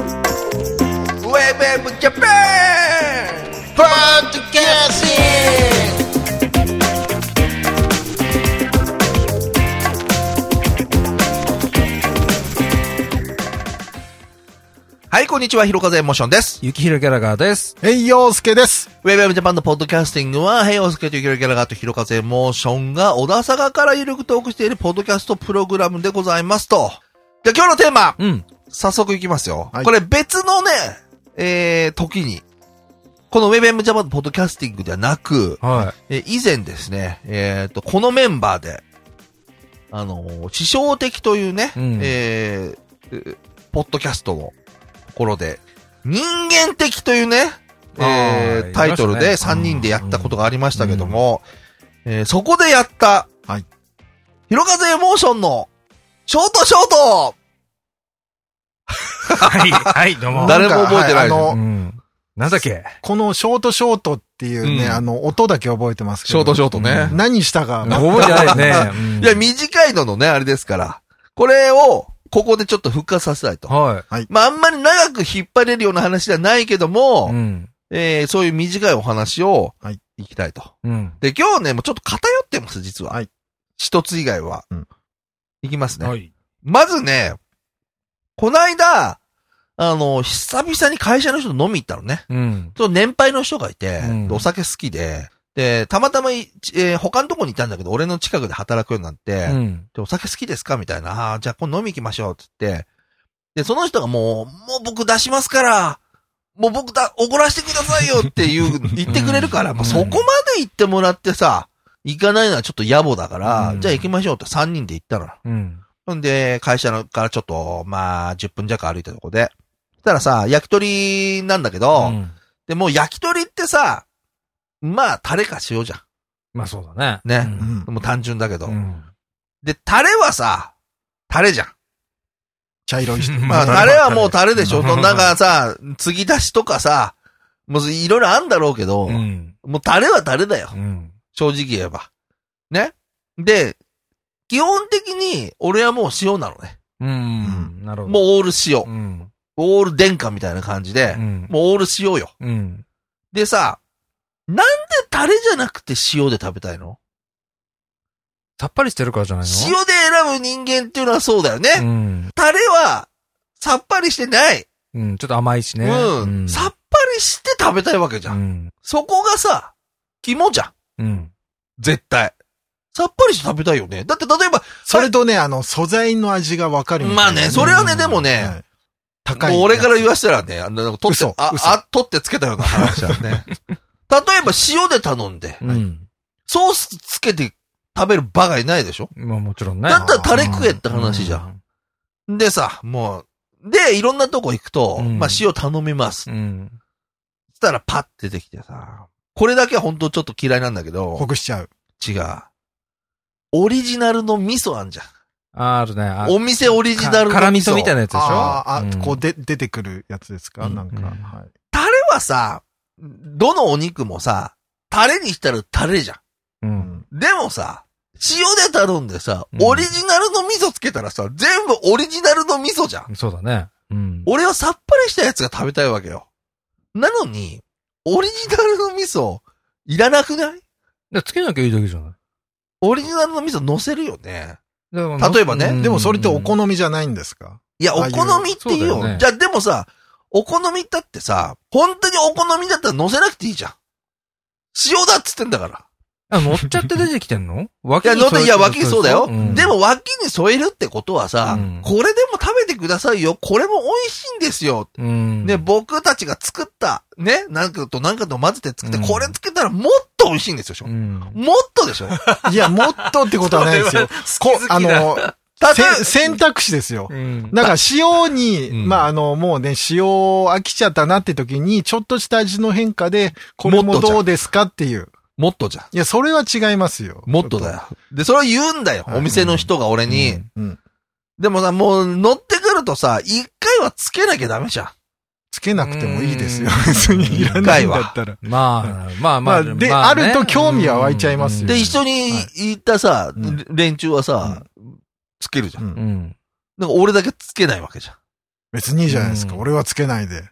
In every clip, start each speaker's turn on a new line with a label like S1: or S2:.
S1: ウェブウェブジャパンポッドキャスティングはい、こんにちは、ひろかぜモーションです。
S2: ゆきひろギャラガーです。
S3: えいようすけです。
S1: ウェブウェブジャパンのポッドキャスティングは、ヘイオスケとゆきろギャラガーとひろかぜモーションが小田坂からゆるくトークしているポッドキャストプログラムでございますと。じゃあ今日のテーマ、
S2: うん。
S1: 早速いきますよ。
S3: はい
S1: これ別のね、えー、時に、このウェブエムジャパンのポッドキャスティングではなく、
S2: は
S1: えー以前ですね、えっ、と、このメンバーで、あのー、師匠的というね、
S2: うん
S1: えーえーポッドキャストのところで、人間的というね、え
S2: あ
S1: ー
S2: ー
S1: タイトル
S2: や
S1: で
S2: りました
S1: 3
S2: ね
S1: 人でやったことがありましたけども、えーそこでやった、
S3: はい。
S1: ひろかぜエモーションの、ショートショート
S2: い。はい、はい、どうも。
S1: 誰も覚えてない
S3: んかは
S2: う
S3: あの、
S2: ん。なんだっけ
S3: このショートショートっていうね、
S1: うん
S3: あの、音だけ覚えてますけど。
S1: ショート
S2: ねョート
S3: 何したか。
S2: 覚えてないですね。うん
S1: いや、短いののね、あれですから。これを、ここでちょっと復活させたいと。
S2: は
S1: まあ、あんまり長く引っ張れるような話じゃないけども、
S2: い。うん。
S1: えーそういう短いお話を、
S3: はい
S1: い。きたいと。
S2: うん。
S1: で、今日ね、もうちょっと偏ってます、実は。
S3: はい
S1: 一つ以外は。
S3: うん
S1: いきますね。
S2: はい。
S1: まずね、こないだ、あの、久々に会社の人と飲み行ったのね。
S2: うん。
S1: と年配の人がいて、
S2: うん
S1: でお酒好きで、で、たまたまい、えー他のとこにいたんだけど、俺の近くで働くようになって、
S2: うん。
S1: で、お酒好きですかみたいな。ああー、じゃあ今度飲み行きましょう。つって。で、その人がもう、もう僕出しますから、もう僕だ、おごらしてくださいよっていう、 言ってくれるから、
S2: うん
S1: まあ、そこまで言ってもらってさ、行かないのはちょっと野暮だから、
S2: うん
S1: じゃあ行きましょうって3人で行ったの。
S2: うん。
S1: ほんで、会社のからちょっと、まあ、10分弱歩いたとこで。そしたらさ、焼き鳥なんだけど、
S2: うん
S1: で、もう焼き鳥ってさ、まあ、タレか塩じゃ
S2: まあそうだね。
S1: ね
S3: うん
S1: ん。もう単純だけど。
S2: うん。
S1: で、タレはさ、タレじゃん。
S3: 茶色い人。
S1: まあ、タレはもうタレでしょ。
S2: うん
S1: となんかさ、継ぎ出しとかさ、もういろいろあんだろうけど、
S2: うん。
S1: もうタレはタレだよ
S2: う。ん。
S1: 正直言えば。ね。で、基本的に俺はもう塩なのね。
S2: うん。なるほど。
S1: もうオール塩。
S2: うん。
S1: オール殿下みたいな感じで
S2: う、ん。
S1: もうオール塩よ。
S2: うん。
S1: でさ、なんでタレじゃなくて塩で食べたいの
S2: さっぱりしてるからじゃないの
S1: 塩で選ぶ人間っていうのはそうだよね。
S2: うん。
S1: タレはさっぱりしてない。
S2: うん。ちょっと甘いしね。
S1: うん。さっぱりして食べたいわけじゃん
S2: う。ん。
S1: そこがさ、肝じゃん。
S2: うん。
S1: 絶対。さっぱりして食べたいよね。だって例えば、
S3: それとね、あの、素材の味がわかるみたいな。
S1: まあね、それはね、でも
S3: は
S1: ね、
S3: い高い。
S1: もう俺から言わせたらね、あの、取って
S3: 嘘、
S1: あ、
S3: 嘘
S1: あ、取ってつけたような話だよ ね。例えば塩で頼んで、
S2: うん。
S1: ソースつけて食べる場がいないでしょ
S2: まあもちろんね。
S1: だったらタレ食えって話じゃん。でさ、もう、で、いろんなとこ行くと、
S2: うん
S1: まあ塩頼みます。
S2: う
S1: そ
S2: ん。
S1: したらパッて出てきてさ、これだけは本当ちょっと嫌いなんだけ
S3: ほ
S1: ど、
S3: ぐしちゃう。
S1: 違う。オリジナルの味噌あんじゃん。
S2: あるね。あ
S1: お店オリジナルの味噌。
S2: 辛味噌みたいなやつでしょ
S3: ああ、あ
S2: うん
S3: こうで、出てくるやつですか
S2: うん
S3: なんか。
S2: うん
S3: はい
S1: タレはさ、どのお肉もさ、タレにしたらタレじゃ
S2: う。
S3: うんん
S1: ん。でもさ、塩で頼んでさ
S2: う、ん
S1: オリジナルの味噌つけたらさ、全部オリジナルの味噌じゃん。
S2: そうだね。うん。
S1: 俺はさっぱりしたやつが食べたいわけよ。なのに、オリジナルの味噌、いらなくない
S2: でつけなきゃいいだけじゃない
S1: オリジナルの味噌乗せるよね。
S2: だからの
S1: 例えばね
S2: うん
S3: でもそれってお好みじゃないんで すか
S1: いや、お
S3: ああいう
S1: 好みっていい
S2: そう
S1: よ。
S2: だよね
S1: じゃあでもさ、お好みだってさ、本当にお好みだったら乗せなくていいじゃん。塩だっつってんだから。
S2: あ、乗っちゃって出てきてんの脇
S1: いや、
S2: に
S1: 乗って、いや、脇に
S2: 脇
S1: そうだよ。で、
S2: ん
S1: も脇に添えるってことはさ、
S2: うん
S1: これでも食べてくださいよ。これも美味しいんですよ。
S2: うん。
S1: ね、僕たちが作った、ね、なんかとなんかと混ぜて作って、
S2: うん
S1: これつけたらもっと美味しいんですよ。
S2: うん。
S1: もっとでしょ。た
S3: いや、もっとってことはないですよ。こう、あの、
S1: とえ
S3: せ選択肢ですよ。
S2: うん。
S3: なんか塩に、
S1: うん
S3: まああの、もうね、塩飽きちゃったなって時に、ちょっとした味の変化で、こ
S1: も
S3: れ
S1: っ
S3: も
S1: とじゃん
S3: どうですかっていう。
S1: もっとじゃん。
S3: いや、それは違いますよ。
S1: もっとだよ。で、それを言うんだよ。
S3: はい
S1: お店の人が俺に。
S2: うん
S3: うん。
S1: でもさ、もう乗ってくるとさ、一回はつけなきゃダメじゃん。
S3: つけなくてもいいですよ
S2: うん。
S3: 別にいらないんだったら。
S2: まあ、まあま
S3: ま
S2: あ。
S3: あで
S2: まね
S3: あると興味は湧いちゃいますよ
S1: で、一緒に
S3: は
S1: 行ったさ、
S3: うん
S1: 連中はさ、つけるじゃん。
S3: うん
S2: うん。
S1: なんか俺だけつけないわけじゃん。
S3: 別にいいじゃないですか。
S2: うん
S3: 俺はつけないで。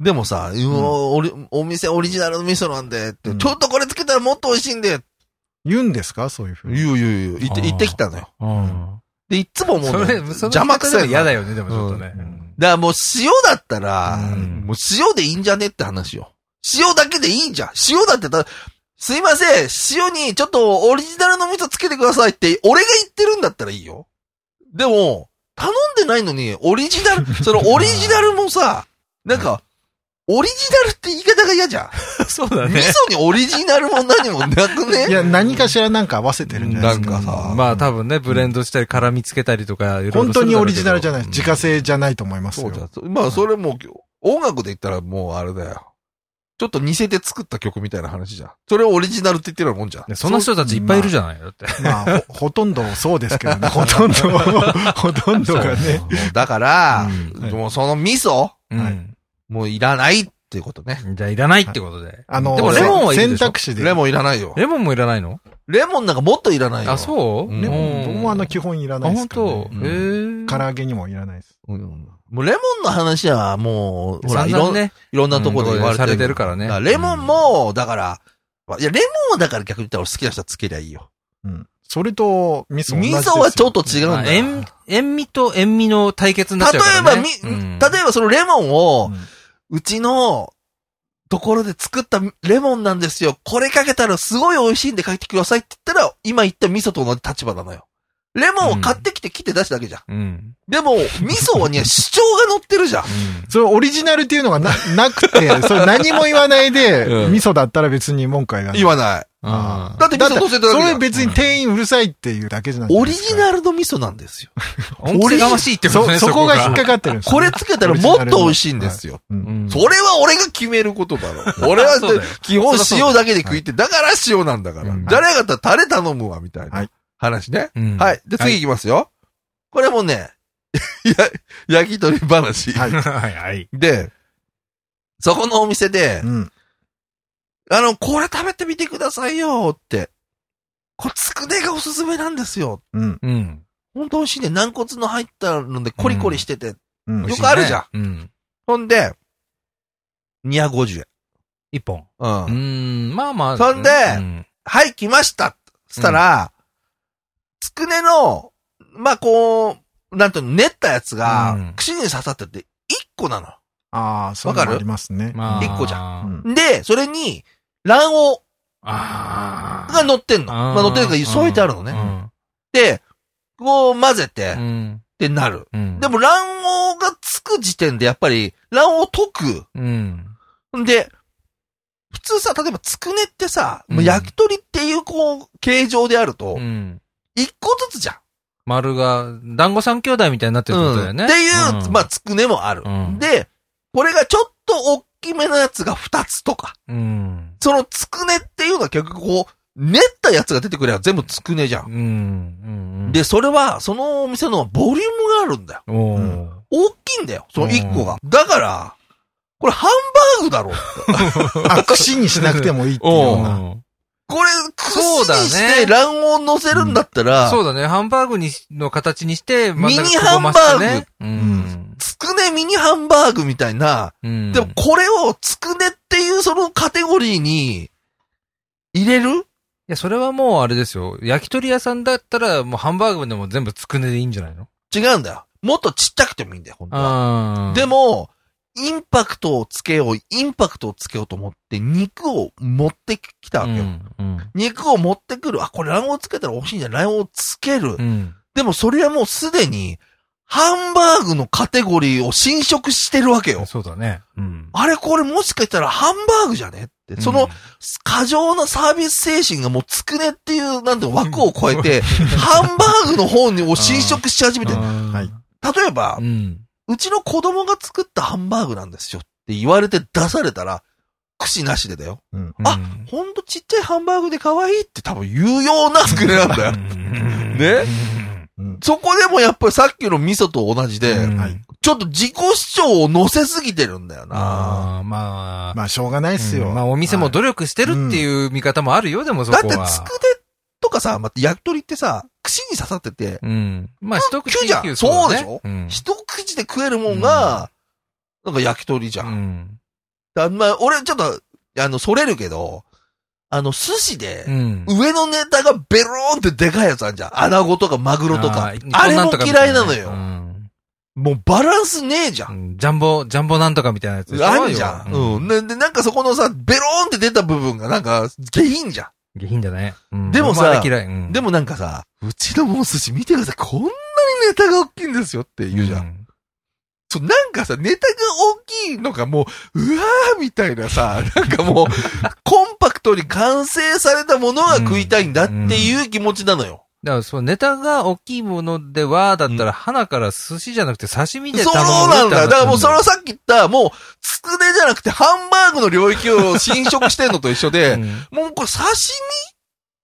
S1: でもさ、うおおりお店オリジナルの味噌なんでって、
S3: うん
S1: ちょっとこれつけたらもっと美味しいんで、
S3: 言うんですかそういうふうに。
S1: 言う言う言う、行って、
S2: あー
S1: 行ってきたのよ。
S2: うん。
S1: で、いつも思うの
S2: そ
S1: よ
S2: れ、その
S1: 邪魔くさい
S2: 嫌だ
S1: よ。
S2: よね、でもちょっとね。
S3: うん
S2: うん
S1: だからもう塩だったら、
S3: うん
S1: もう塩でいいんじゃねって話よ。塩だけでいいんじゃん。塩だってただ、すいません、塩にちょっとオリジナルの味噌つけてくださいって、俺が言ってるんだったらいいよ。でも、頼んでないのに、オリジナル、そのオリジナルもさ、なんか、オリジナルって言い方が嫌じゃん。
S2: そ うだ
S1: 味
S2: ね。
S1: 噌にオリジナルも何もなくね
S3: いや、何かしらなんか合わせてるんじゃないです
S1: な
S3: か。
S1: んかさ
S2: まあ多分ね、ブレンドしたり、絡みつけたりとか、いろいろ
S3: 本当にオリジナルじゃ
S2: ない。
S3: ない。自家製じゃないと思います
S1: そ
S3: よ
S1: う。じゃん。そまあ、それもう、音楽で言ったらもうあれだよ。ちょっと似せて作った曲みたいな話じゃん。それをオリジナルって言ってるようなもんじゃん。
S2: ねそんな人たちいっぱいいるじゃないだって。
S3: まあ、ほほとんどそうですけど ね。ほとんど、ほとんどがね。
S1: だから、
S2: うん
S3: はい
S1: もうその味噌、
S2: う
S3: は
S2: ん。
S1: もういらないっていうことね。
S2: じゃあいらないってことで。
S3: あの、
S2: でもレモンはいる
S3: 選
S2: でしょ
S3: 択肢で。
S1: レモンいらないよ。
S2: レモンもいらないの
S1: レモンなんかもっといらないよ。
S2: あ、そう
S1: うん
S3: レモ
S2: う
S3: ン、
S2: ん
S3: 僕もあの基本いら
S2: あ、
S3: ないです
S2: 本
S3: からね
S2: 当。
S1: うん
S2: へえ。
S3: 唐揚げにもいらないです。
S1: うんもうレモンの話はもう、ほら、
S2: 散
S1: い
S2: 々
S1: ろん,、
S2: ね。
S1: いろんなところで言われて
S2: うんところでさ
S1: る
S2: れてるからね
S1: だレモンも、だから、いや、レモンはだから逆に言ったら俺好きな人はつけりゃいいよ。
S3: うん。それと、味噌同じ
S1: 味
S3: ですよ
S1: 噌はちょっと違うん
S2: まあ
S1: だよ。
S2: 塩、塩味と塩味の対決になっち
S1: 例
S2: ゃう
S1: え
S2: か
S1: ば、
S2: らね
S1: み、。
S2: うん
S1: 例えばそのレモンを、
S3: うん
S1: うちのところで作ったレモンなんですよ。これかけたらすごい美味しいんで書いてくださいって言ったら、今言った味噌と同じ立場なのよ。レモンを買ってきて切って出しただけじゃん。
S2: うん。
S1: でも、味噌はね、主張が乗ってるじゃん。
S3: それオリジナルっていうのがな、 なくて、それ何も言わないで、
S1: うん
S3: 味噌だったら別に文句は言わない。
S1: 言わない。
S2: あ
S1: だって味噌乗せただ
S3: そ
S1: けじ
S3: れ
S1: ゃん。
S3: 別に店員うるさいっていうだけじゃない
S1: オリジ
S3: ル
S1: ナルの味噌なんですよ。
S2: あ。音声がましいってことね、
S3: そ、そこが引っか
S2: か
S3: かってるんですよ
S1: これつけたらもっと美味しいんですよ。
S2: うん
S1: それは俺が決めることだろ。俺は
S2: そうだよ
S1: 基本塩だけで食いって、だから塩なんだから
S2: うん。
S1: じゃなかったらタレ頼むわ、みたい
S3: は
S1: ない話ね。
S2: うん
S1: はい。で、次いきますよ。これもね、 や、焼き鳥話。
S3: はい。
S2: はい、はい。
S1: で、そこのお店で
S3: う、ん。
S1: あの、これ食べてみてくださいよって。これ、つくねがおすすめなんですよ。
S3: うん。
S2: うん。
S1: ほんと美味しいね。軟骨の入ったのでコリコリしてて。
S3: うん
S1: よ。くあるじゃん
S2: 美味しいね。うん。
S1: ほんで、250円。
S2: 一本。
S1: うん
S2: う。ん、まあまあ。
S1: そんで
S2: うん
S1: はい、来ましたしたら、つくねの、まあ、こう、なんていうの、練ったやつ
S2: う
S1: が
S2: ん、
S1: 串に刺さってて、1個なの。
S3: ああ、そういう
S1: わかる
S3: のありますね。
S2: まあ。
S1: 一個じ
S2: ゃ
S3: うん。
S1: で、それに、卵
S2: あ
S1: 黄が乗ってんの。
S2: あー
S1: まあ、乗ってるから、添えてあるのね。
S2: ね。
S1: で、こう混ぜて、
S2: う
S1: っ
S2: ん。
S1: てなる。
S2: うん。
S1: でも卵黄がつく時点で、やっぱり、卵黄溶
S2: うん。
S1: く。んで、普通さ、例えばつくねってさ、
S2: うん
S1: まあ焼き鳥っていう、こう、形状であると
S2: う、ん。
S1: 一個ずつじゃん。
S2: 丸が、団子三兄弟みたいになってるってことだよね。
S1: っていう、
S2: ん
S1: まあ、、つくねもある。
S2: うん
S1: で、これがちょっと大きめのやつが2つとか。
S2: うん。
S1: そのつくねっていうのは結局こう、練ったやつが出てくれば全部つくねじゃ。
S2: うんん。うん。
S1: で、、それは、そのお店のボリュームがあるんだよ。
S2: お
S3: う
S2: ー
S1: 大きいんだよ。その1個が。だから、これハンバーグだろ。
S3: あ、串にしなくてもいいっていうよう
S2: お
S3: な。
S2: ー
S1: これ、
S2: そうだ
S1: 串
S2: ね
S1: にして卵黄乗せるんだったら、
S2: そうだね。ハンバーグにし、の形にして、真ん中
S1: ミニ
S2: くぼましてね
S1: つくねミニハンバーグみたいな、
S2: うん。うん。
S1: でもこれをつくねっていうそのカテゴリーに入れる
S2: いや、それはもうあれですよ。焼き鳥屋さんだったら、もうハンバーグでも全部つくねでいいんじゃないの
S1: 違うんだよ。もっとちっちゃくてもいいんだよ、本当は。
S2: ああ。
S1: で、も、インパクトをつけよう、インパクトをつけようと思って、肉を持ってきたわ
S2: う
S1: けよ。
S2: ん。うん。
S1: 肉を持ってくる。あ、これ卵黄つけたら美味しいんじゃない卵黄つける。
S2: うん。
S1: でもそれはもうすでに、ハンバーグのカテゴリーを侵食してるわけよ。
S2: そうだね。うん。
S1: あれこれもしかしたらハンバーグじゃねって。その、過剰なサービス精神がもうつくねっていう、なんていうの枠を超えて、ハンバーグの方にを侵食し始めてる、
S2: は
S3: はい。
S1: 例えば
S2: う、ん。
S1: うちの子供が作ったハンバーグなんですよって言われて出されたら、串なしでだよ。あほんとちっちゃいハンバーグで可愛いって多分言うような作りなんだよ。ね
S2: ね
S3: うん
S1: そこでもやっぱりさっきの味噌と同じで、
S2: うん
S3: はい
S1: ちょっと自己主張を乗せすぎてるんだよな。
S2: ああ、まあ。
S3: まあ、しょうがないっすよ。
S2: うんまあ、お店も努力してるっていう見方もあるよ、でもそ
S1: だっ
S2: こ
S1: て
S2: は。
S1: つくねとかさ、また焼き鳥ってさ、串に刺さってて、
S2: うん。
S1: まあ
S2: まあ、一口
S1: 九じゃん
S2: 一休
S1: そう
S2: ね
S1: でしょ
S2: うん。
S1: 一口で食えるもんが、なんか焼き鳥じゃ。
S2: うんん。
S1: だまあ、俺ちょっと、あの、それるけど、あの、寿司で
S2: う、ん。
S1: 上のネタがベローンってでかいやつあんじゃん。穴子とかマグロとか。あ
S2: ー
S1: れも嫌いなの。
S2: 日本とかみたい
S1: よ。
S2: うん
S1: もうバランスねえじゃん。
S2: うんジャンボ、ジャンボなんとかみたいなやつでしょ
S1: あんじゃん。
S2: 要は
S1: うん。で、でなんかそこのさ、ベローンって出た部分がなんか、下品じゃん。
S2: 下品だね。うん
S1: でもさ
S2: 俺あれ嫌い。うん
S1: でもなんかさ、うちのもう寿司見てください。こんなにネタが大きいんですよって言うじゃん。
S2: ん。
S1: そうなんかさ、ネタが大きいのがもう、うわーみたいなさ、 なんかもう、コンパクトに完成されたものが食いたいんだっていう気持ちなのよ。
S2: だから、そのネタが大きいものでは、だった
S1: うん
S2: ら、花から寿司じゃなくて刺身で
S1: そう
S2: 頼む
S1: なんだ。だからもうそれ
S2: は
S1: はさっき言った、もう、つくねじゃなくてハンバーグの領域を侵食してんのと一緒で、もうこれ刺身
S2: う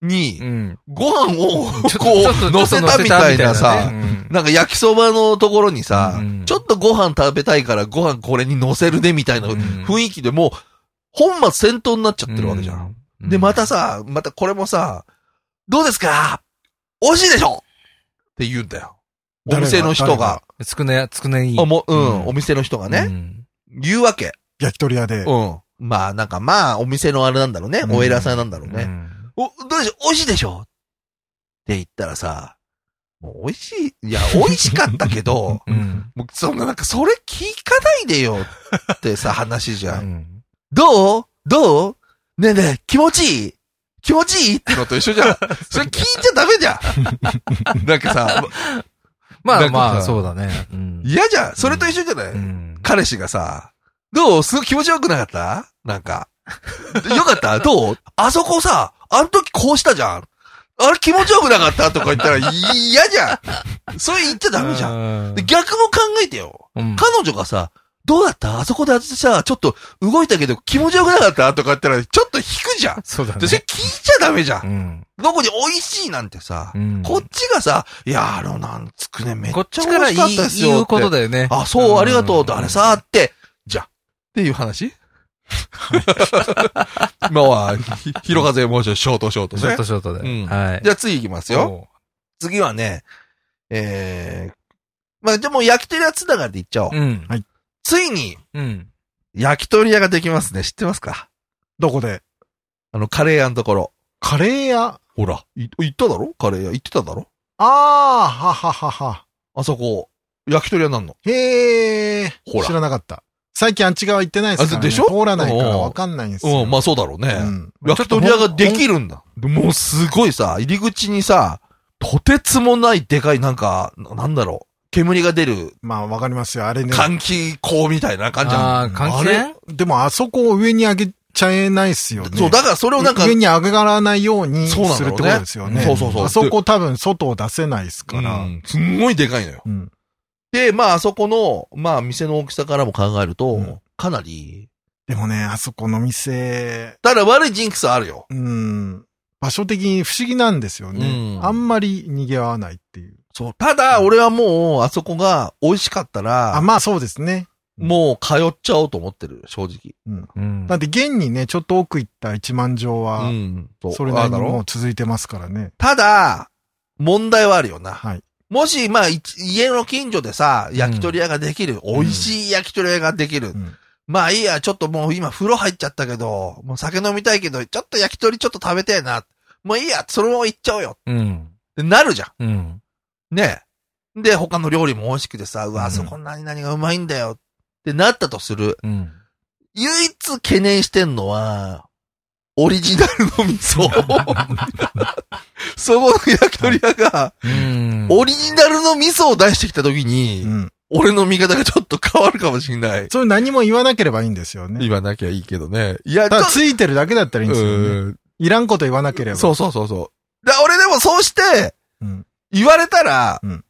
S1: に
S2: ん。
S1: ご飯を
S2: ちょ
S1: こ
S2: ちょっと
S1: う、乗せたみたいなさ、
S2: 乗せたみたいなねうん
S1: なんか焼きそばのところにさ、
S2: うん
S1: ちょっとご飯食べたいからご飯これに乗せるねみたいな
S2: うん
S1: 雰囲気でもう、本末転倒になっちゃってるわけじゃん。
S2: う
S1: で、また、さ、またこれもさ、どうですか美味しいでしょって言うんだよ。お
S3: 誰が
S1: 店の人が。
S2: つくね、つくねいい。
S1: あもう、うん、
S2: うん
S1: お店の人がね、
S2: ね。
S1: 言うわけ。
S3: 焼き鳥屋で。
S1: うん。まあ、なんかまあ、お店のあれなんだろうね。
S2: うん
S1: お偉さんなんだろう
S2: う
S1: ね。
S2: ん。
S1: お、どうでしょう美味しいでしょって言ったらさ、もう美味しい、いや、美味しかったけど、
S2: うん。
S1: もうそんななんか、それ聞かないでよってさ、話じ
S2: う
S1: ゃん。
S2: ん
S1: どうどうねえねえ、気持ちいい気持ちいいってのと一緒 じゃん。それ聞いちゃダメじゃん。なんかさ、
S2: ま
S1: なん
S2: あ
S1: か
S2: まあ、
S1: さ
S2: そうだね。うん
S1: 嫌じゃん。それと一緒じゃない、
S2: うん
S1: 彼氏がさ、どうすごい気持ちよくなかったなんか。よかったどうあそこさ、あの時こうしたじゃん。あれ気持ちよくなかったとか言ったら嫌じゃん。それ言っちゃダメじゃん。
S2: ゃ
S1: で逆も考えてよ。
S2: うん
S1: 彼女がさ、どうだったあそこで私さ、ちょっと動いたけど気持ちよくなかったとか言ったら、ちょっと引くじゃん。
S2: そうだね
S1: で、それ。聞いちゃダメじゃん。
S2: うん
S1: どこに美味しいなんてさ、
S2: うん
S1: こっちがさ、いや、あの、なんつくね、めっ
S2: こっ
S1: ち
S2: ち
S1: ゃ
S2: か
S1: 美
S2: ら
S1: 味しかっ
S2: 言い
S1: たですよ。
S2: 言うこと
S1: で。
S2: だよね。
S1: あ、そう、ありがとう、
S2: ん
S1: あれさ、って、じゃ、っていう 話今は、ひひろかぜもうちょいショートショート
S2: ショー
S1: ね
S2: ト。ショートで。
S1: うん
S2: はい。
S1: じゃあ次行きますよ。次はね、えー、まあ、じゃあもう焼き鳥屋つながりで行っちゃおう
S2: おう。うん。
S1: ついに、
S2: うん。
S1: 焼き鳥屋ができますね。知ってますか
S3: どこで
S1: あの、カレー屋のところ。
S3: カレー屋。
S1: ほら。い行っただろカレー屋。行ってただろ
S3: ああ、はははは。
S1: あそこ、焼き鳥屋なんの。
S3: へえ。
S1: ほら
S3: 知らなかった。最近あっち側行ってないですから、
S1: あで
S3: ね。
S1: しょ
S3: 通らないからわかんないんですよ。
S1: うん、まあそうだろうね。
S3: うん
S1: 焼き鳥屋がで
S3: ちょっ
S1: きるんだ。でもうすごいさ、入り口にさ、とてつもないでかいなんか、ななんだろう。煙が出る
S3: とまあわかりますよ。あれね。
S1: 換気口みたいな感じ
S2: あ
S1: な
S2: あ、
S1: ん
S2: 関
S1: あ
S2: 係
S3: でもあそこを上に上げちゃえないっすよ
S1: れ
S3: ね。
S1: そう、だからそれをなんか、
S3: 上に上がらないようにす
S1: そう
S3: る
S1: なんだ
S3: って
S1: ろ
S3: こ
S1: う
S3: と
S1: ね
S3: ですよね。
S1: そうそうそう
S3: あそこ多分外を出せないですから。
S1: う
S3: うん
S1: んすんごいでかいのよ。で、まああそこの、まあ店の大きさからも考えると、
S3: うん
S1: かなり、
S3: でもね、あそこの店、
S1: ただ悪いジンクスあるよ。
S3: うん、場所的に不思議なんですよね。
S1: うん
S3: あんまり賑わわないっていう。
S1: そう。ただ、俺はもう、あそこが美味しかった
S3: あ、
S1: ら、
S3: まあそうですね。
S1: もう通っちゃおうと思ってる、正直。
S2: うん
S3: だって現にね、ちょっと奥行った一万条は、
S1: ん。そう
S3: それなり
S1: あ
S3: に
S1: だろ
S3: もう続いてますからね。
S1: ただ、問題はあるよな。
S3: はい。
S1: もし、まあ、い家の近所でさ、焼き鳥屋ができる。美味しい焼き鳥屋ができる。
S3: うん
S1: まあいいや、ちょっともう今風呂入っちゃったけど、もう酒飲みたいけど、ちょっと焼き鳥ちょっと食べてえな。もういいや、そのまま行っちゃおうよ。
S2: うん。
S1: ってなるじゃ
S2: うん。
S1: ん。ねえ。で、他の料理も美味しくてさ、う
S2: う
S1: わ、
S2: ん
S1: あそこ何々がうまいんだよ。ってなったとする。
S2: うん。
S1: 唯一懸念してんのは、オリジナルの味噌。そこの焼き鳥屋が、
S2: うん。
S1: オリジナルの味噌を出してきた時に、
S3: うん。
S1: 俺の見方がちょっと変わるかもしれない。
S3: それ何も言わなければいいんですよね。
S1: 言わなきゃいいけどね。いや、
S3: ただついてるだけだったらいいんですよね。
S1: うん
S3: いらんこと言わなければ。
S1: そうそうそうそう。だ俺でもそうして、
S3: うん。
S1: 言われたら、
S3: うん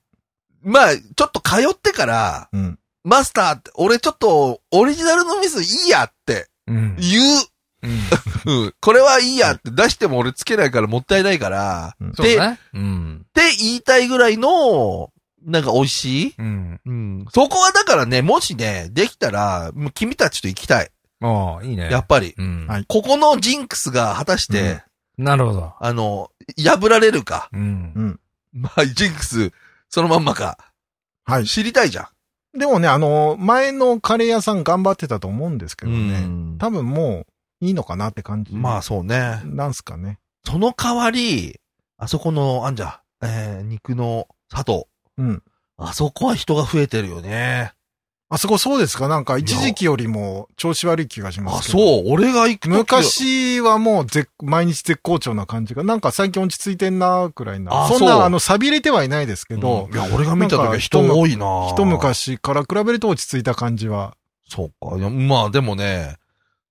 S1: まあ、ちょっと通ってから、
S3: うん。
S1: マスターって、俺ちょっと、オリジナルの味噌いいやって
S2: うん。
S1: 言う。
S2: うん
S1: うん。これはいいやって出しても俺つけないからもったいないから、
S3: うん
S2: そうだね。うん。
S1: って言いたいぐらいの、なんか美味しい
S2: うん。
S1: うん。そこはだからね、もしね、できたら、もう君たちと行きたい。
S2: ああ、いいね。
S1: やっぱり。
S2: うん。
S3: はい
S1: ここのジンクスが果たして、
S2: なるほど。
S1: あの、破られるか。
S2: うん。
S1: まあ、ジンクス、そのまんまか。
S3: はい。
S1: 知りたいじゃ
S3: でもね、あの、前のカレー屋さん頑張ってたと思うんですけ
S1: ん。
S3: どね。
S1: ん
S3: 多分もういいのかなって感じ。
S1: まあ、そうね。
S3: なんすかね。
S1: その代わり、あそこの、あんじゃ、えー、肉の佐藤。
S3: うん。
S1: あそこは人が増えてるよね。
S3: あそこそうですかなんか一時期よりも調子悪い気がしま
S1: あ、
S3: すけど。
S1: そう、俺が行く時
S3: 昔はもう絶毎日絶好調な感じが、なんか最近落ち着いてんなくらいな。
S1: あ
S3: そん
S1: そう
S3: な、あの、錆びれてはいないですけ
S1: うん
S3: ど、
S1: いや、俺が見た時
S3: なん
S1: は
S3: か
S1: 人多いな
S3: 一。昔から比べると落ち着いた感じは。
S1: そうか。いやまあでもね、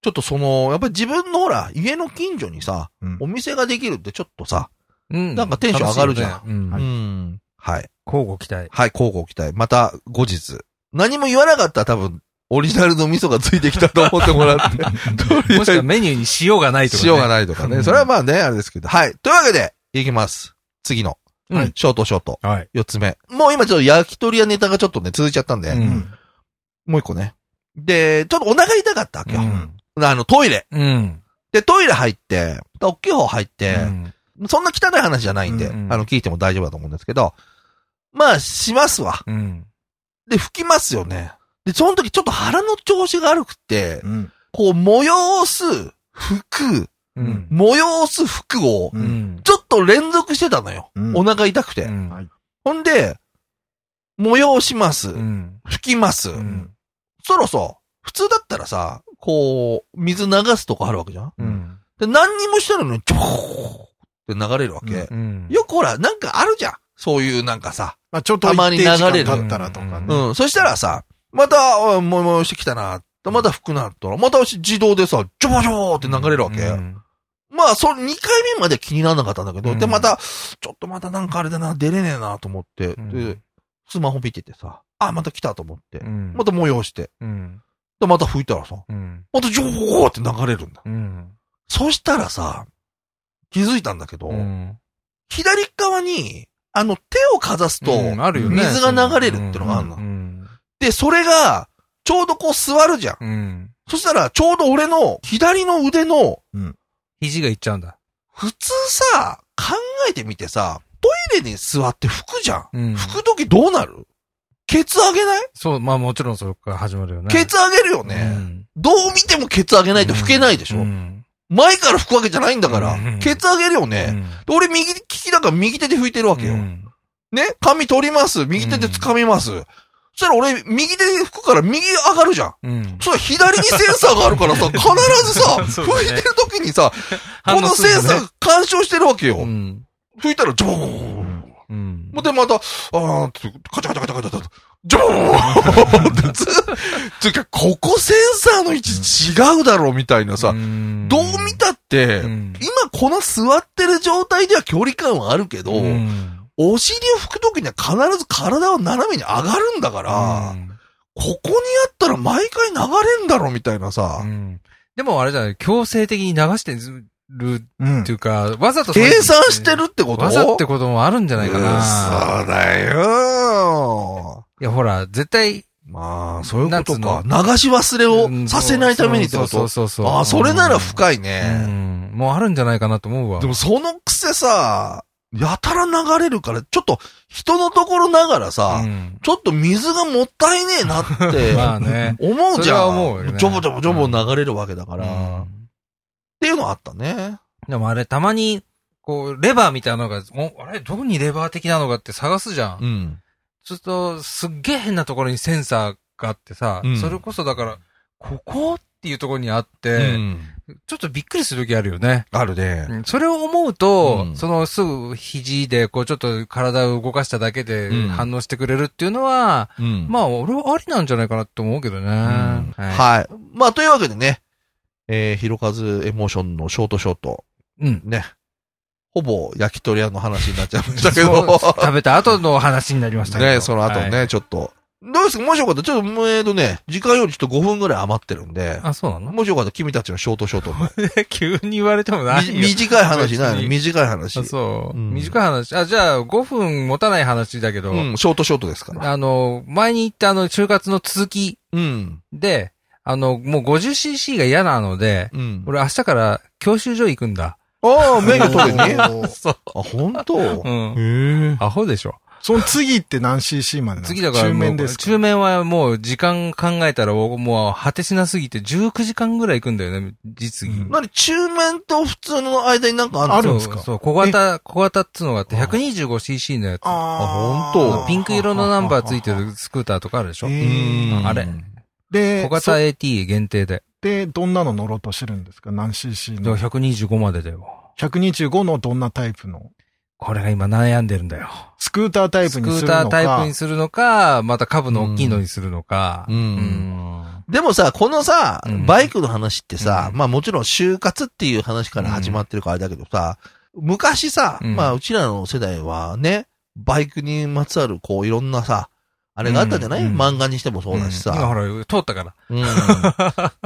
S1: ちょっとその、やっぱり自分のほら、家の近所にさ、
S3: うん
S1: お店ができるってちょっとさ、
S2: うん
S1: なんかテンション上がるじゃん
S2: 楽しいよねうん
S3: はい
S1: うん。はい。
S2: 交互期待。
S1: はい、交互期待。また、後日。何も言わなかったら多分、オリジナルの味噌がついてきたと思ってもらって。とりあ
S2: も
S1: え
S2: しくは
S1: ず、
S2: メニューに塩がないとか、ね。
S1: 塩がないとかね。それはまあね、あれですけど。はい。というわけで、いきます。次の。
S2: うん
S1: ショートショート。
S2: はい。
S1: 四つ目。もう今ちょっと焼き鳥屋ネタがちょっとね、続いちゃったんで。
S2: うん
S1: もう一個ね。で、ちょっとお腹痛かったわけ
S2: う
S1: よ。
S2: ん。
S1: あの、トイレ。
S2: うん。
S1: で、トイレ入って、大きい方入って、そんな汚い話じゃないんで、
S2: うんうん
S1: あの、聞いても大丈夫だと思うんですけど、まあ、しますわ。
S2: うん。
S1: で、吹きますよね。で、その時ちょっと腹の調子が悪くて、
S3: うん。
S1: こう、催す服、
S2: う
S3: うん
S2: ん。
S1: 催す服を、
S3: う。
S2: うんん。
S1: ちょっと連続してたのよ。
S3: うん
S1: お腹痛くて。
S2: うん
S3: はい
S1: ほんで、催します。
S2: うん。
S1: 吹きます。
S2: うん。
S1: そろそろ、普通だったらさ、こう、水流すとこあるわけじゃん
S2: うん。
S1: で、何にもしてないのに、ちょーって流れるわけ。
S2: うん。
S1: よくほら、なんかあるじゃん。そういうなんかさ。
S3: まあ、ちょっと
S1: たまに流れる
S3: 一定時間経ったらとか
S2: う
S3: ね。
S1: うん。そしたらさ、また、おいもいもいしてきたな。また服なったら、また自動でさ、ちょぼちょぼって流れるわけ。
S2: うん
S1: まあ、その2回目まで気にならなかったんだけど、
S2: うん
S1: で、また、ちょっとまたなんかあれだな、出れねえなと思って、
S2: うん
S1: で、スマホ見ててさ、あ、また来たと思って
S2: う、ん。
S1: また催して、
S2: うん。
S1: で、また拭いたらさ、
S2: うん。
S1: またジョーって流れるんだ。
S2: うん。
S1: そしたらさ、気づいたんだけど、
S2: うん
S1: 左側に、あの、手をかざすと、
S2: うんあるよね
S1: 水が流れるってのがあるの。
S2: うん。
S1: で、それが、ちょうどこう座るじゃん。
S2: うん。
S1: そしたら、ちょうど俺の左の腕の、
S2: 肘がいっちゃうんだ。
S1: 普通さ、考えてみてさ、トイレに座って拭くじゃん。
S2: うん
S1: 拭くときどうなるケツ上げない、
S2: そう、まあもちろんそこから始まるよね。
S1: ケツ上げるよね、どう見てもケツ上げないと拭けないでしょ、
S2: うん。
S1: 前から拭くわけじゃないんだから、
S2: うん
S1: ケツ上げるよね、で俺右利きだから右手で拭いてるわ
S2: わ
S1: けよ。ね髪取ります。右手で掴みます。そしたら俺、右手で拭くから右上がるじゃん。
S2: うん。
S1: それ左にセンサーがあるから さ、必ずさ、
S2: そう
S1: 拭
S2: だ
S1: い
S2: ね
S1: てる時にさ、このセンサーが干渉してるわけよ。
S2: うん。
S1: 拭いたら、ジョーン。
S2: うん。
S1: で、また、あーって、カチャカチャカチャカチャカチャ、ジョ ーンってず、つうか、ここセンサーの位置違うだろ、みたいなさ、
S2: ん
S1: どう見たって、
S2: うん
S1: 今この座ってる状態では距離感はあるけど、
S2: うん
S1: お尻を拭くときには必ず体は斜めに上がるんだから、ここにあったら毎回流れんだろみたいな
S2: う
S1: さ、
S2: んでもあれじゃない、強制的に流してる
S3: うん
S2: っていうか、わざとそう
S1: 計算してるってこと
S2: わざってこともあるんじゃないかな。
S1: そうだよ
S2: いや、ほら、絶対。
S1: まあ、そういうことか。
S2: なんつ
S1: 流し忘れ
S2: うん
S1: をさせないためにってこ
S2: そう
S1: と
S2: そうそうそう。
S1: ああ、それなら
S2: い
S1: 深い
S2: うん
S1: ね。。
S2: もうあるんじゃないかなと思うわ。
S1: でもその癖さ、やたら流れるから、ちょっと人のところながらさ
S2: う、ん
S1: ちょっと水がもったいねえなって、
S2: まあね。
S1: 思う
S2: そ
S1: じ
S2: れ
S1: ゃ
S2: は
S1: ん。
S2: 思うよね
S1: ジョボジョボジョボ流れるわけだから。
S2: う
S1: っ
S2: ん
S1: ていうのあったね。
S2: でもあれ、たまに、こう、レバーみたいなのが、おあれ、どこにレバー的なのがって探すじゃん。
S1: ん。
S2: そうすると、すっげえ変なところにセンサーがあってさ、
S1: うん
S2: それこそだから、ここっていうところにあっ
S1: う
S2: て、
S1: ん。
S2: ちょっとびっくりする時あるよね。
S1: あるね。
S2: それを思うと、
S1: うん
S2: そのすぐ肘で、こうちょっと体を動かしただけで
S1: うん
S2: 反応してくれるっていうのは、
S1: うん
S2: まあ、俺はありなんじゃないかなって思うけどね。
S1: はい、まあ、というわけでね、えー、ひろかずエモーションのショートショート、
S2: い。うん。
S1: ね。ほぼ焼き鳥屋の話になっちゃいましたけ
S2: そう
S1: ど。
S2: 食べた後の話になりましたけど。
S1: ね、その後ね、
S2: はい
S1: ちょっと。どうですかもしよかったら、ちょっと、もうえーとね、時間よりちょっと5分ぐらい余ってるんで、
S2: あ、そう なの
S1: もしよかったら君たちのショートショートも。
S2: 急に言われても ないよ。
S1: み短い話ない
S2: 別
S1: の
S2: に
S1: 短い話。
S2: あそう、
S1: うん
S2: 短い話。あ、じゃあ、5分持たない話だけど、
S1: うん、ショートショートですから。
S2: あの、前に言ったあの、就活の続き
S1: うん。
S2: で、あの、もう 50cc が嫌なので、
S1: うん。
S2: 俺明日から教習所行くんだ。
S1: ああ、免許 取れね。あ、
S2: そう。
S1: 本当
S2: うん。
S3: ええ。
S2: アホでしょ。
S3: その次って何 cc までなの
S2: 次だからもう、
S3: 中面ですか。
S2: 中面はもう時間考えたら、もう果てしなすぎて19時間ぐらい行くんだよね、実技。
S3: うん
S1: なに、中面と普通の間になんかある
S3: あるんですか
S2: そうそう、小型、小型っつうのがあって 125cc のやつ。
S1: あ
S3: ー
S1: 本当
S2: ピンク色のナンバーついてるスクーターとかあるでしょ
S3: ええ
S2: うんあれ。
S3: で、
S2: 小型 AT 限定で。
S3: で、どんなの乗ろうとしてるんですか何 cc
S2: でも
S3: の。
S2: 125までだよ。
S3: 125のどんなタイプの
S2: これが今悩んでるんだよ。
S3: スクータータイプ
S2: ス
S3: に
S2: ク
S3: するの
S2: ータ
S3: か
S2: ータイプにするのか、また株の大きいのにするのか。
S1: うん
S2: うん
S1: でもさ、このさ
S2: う、ん
S1: バイクの話ってさ、
S2: うん
S1: まあもちろん就活っていう話から始まってるからあれだけどさ、昔さ、
S2: うん
S1: まあうちらの世代はね、バイクにまつわるこういろんなさ、あれがあったんじゃない、
S2: うん
S1: 漫画にしてもそうだし
S2: 今ほ
S1: さ。
S2: ら、通ったから。
S1: う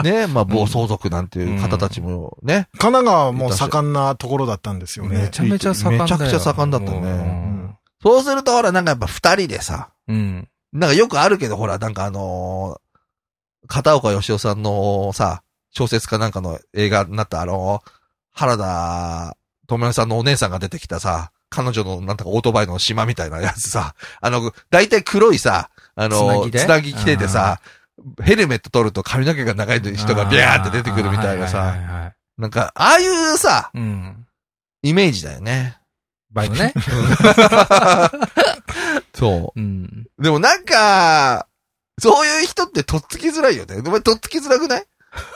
S1: んね、まあ暴走族なんていう方たちもね、
S3: 神奈川も盛んなところだったんですよ
S2: め
S3: ね。
S2: ちゃめちゃ盛んだよ。
S1: めちゃくちゃ盛んだったね
S2: うん
S1: そうするとほらなんかやっぱ二人でさ、
S2: うん。
S1: なんかよくあるけど、ほら、なんかあのー片岡義雄さんのさ、小説かなんかの映画になったあのー原田智代さんのお姉さんが出てきたさ、彼女のなんとかオートバイの島みたいなやつさ、あの、大体黒いさ、あのー
S2: つなぎで
S1: つなぎ着ててさ、ヘルメット取ると髪の毛が長い人がビャーって出てくるみたいな
S2: あーはい
S1: さ、
S2: はいはいはい
S1: なんか、ああいうさ、
S2: うん。
S1: イメージだよね。
S2: バイクね。
S1: そう。
S2: うん。
S1: でもなんか、そういう人ってとっつきづらいよね。お前とっつきづらくない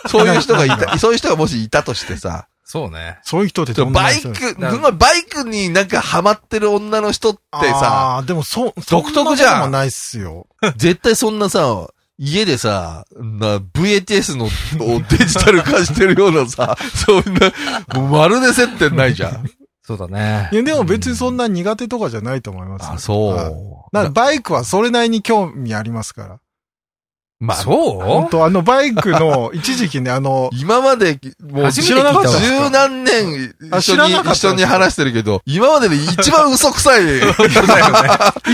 S1: そういう人がい た、そういう人がもしいたとしてさ、
S2: そうね。
S3: そういう人って
S1: ちょ
S3: どんな
S1: バイ
S3: 人
S1: ク、
S3: です
S1: そのバイクになんかハマってる女の人ってさ、
S3: あーでもそう、
S1: 独特じゃん
S3: そなこともないっすよ。
S1: 絶対そんなさ、家でさ、な、VHS のをデジタル化してるようなさ、そんな、もうまるで接点ない じゃん。
S2: そうだね。
S3: いや、でも別にそんな苦手とかじゃないと思いますよ。
S1: あ、
S3: はい
S1: そう。
S3: だからバイクはそれなりに興味ありますから。
S1: まあ、
S2: そ
S3: 本
S2: う
S3: 当あのバイクの、一時期ね、あ の、
S1: 今まで、もう、
S2: 初めて聞いたわ
S1: 十何年、
S3: あ
S1: 一
S3: 知
S1: 緒
S3: ら
S1: に、
S3: なかった
S1: 一緒に話してるけど、今までで一番嘘く さい。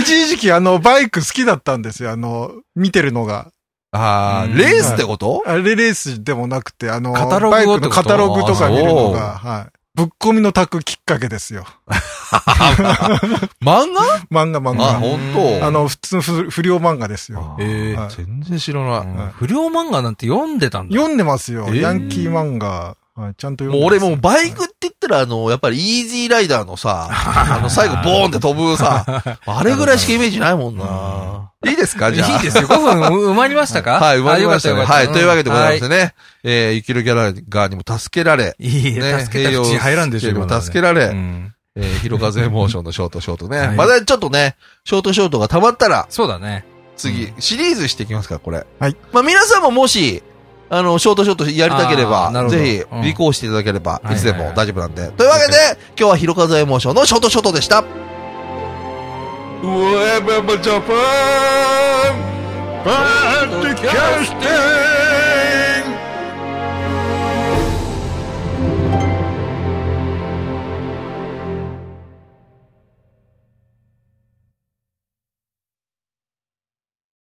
S3: 一時期あのバイク好きだったんですよ。あの、見てるのが。
S1: あ
S2: うん
S1: あ、レースってこと
S3: あれレースでもなくて、あの、
S2: カタログを
S3: バイク
S2: って
S3: の
S2: こと
S3: カタログとか見るのが、
S1: あ
S3: はい。ぶっ込みのタクきっかけですよ。
S1: 漫画
S3: 漫画漫
S1: あ、
S3: 画。
S1: 本当
S3: あ、の、普通の不不良漫画ですよ。
S2: え
S1: え
S3: はい
S1: 全然知ら
S2: う
S1: ない。
S2: ん不良漫画なんて読んでたんだ。
S3: 読んでますよ。
S1: えー
S3: ヤンキー漫画。はい、ちゃんと読ん
S1: も
S3: で
S1: う
S3: ます
S1: 俺もうバイクって言ったら、あの、やっぱりイージーライダーの さ、あの、最後ボーンって飛ぶさ、あれぐらいしかイメージないもんな。いいですか
S2: い
S1: じゃあ。
S2: いですよ。5分埋まりましたか
S1: はい、生まれましたね。
S2: あよか
S1: は
S2: っ
S1: い、というわけでございまし
S2: す。
S1: てね。えー、生きるギャラガーにも助けられ、
S2: いいえ、
S1: ね
S2: 助けた口入らんでし
S1: 栄
S2: ょ、
S1: 養
S2: 今のはね
S1: 助けられ
S2: うん
S1: えー、広風エモーションのショートショートね。
S2: はい
S1: まだちょっとね、ショートショートが溜まったら、
S2: そうだね。
S1: 次、シリーズしていきますから、これ。
S3: はい。
S1: まあ、皆さんももし、あの、ショートショートやりたけれ
S2: あーな
S1: ば、
S2: るほど
S1: ぜ
S2: うん
S1: ひ、履行していただければ
S2: いは、い
S1: いつでも大丈夫なんで。というわけで、今日は広風エモーションのショートショートでした。ウェブジャパンバッドキャステ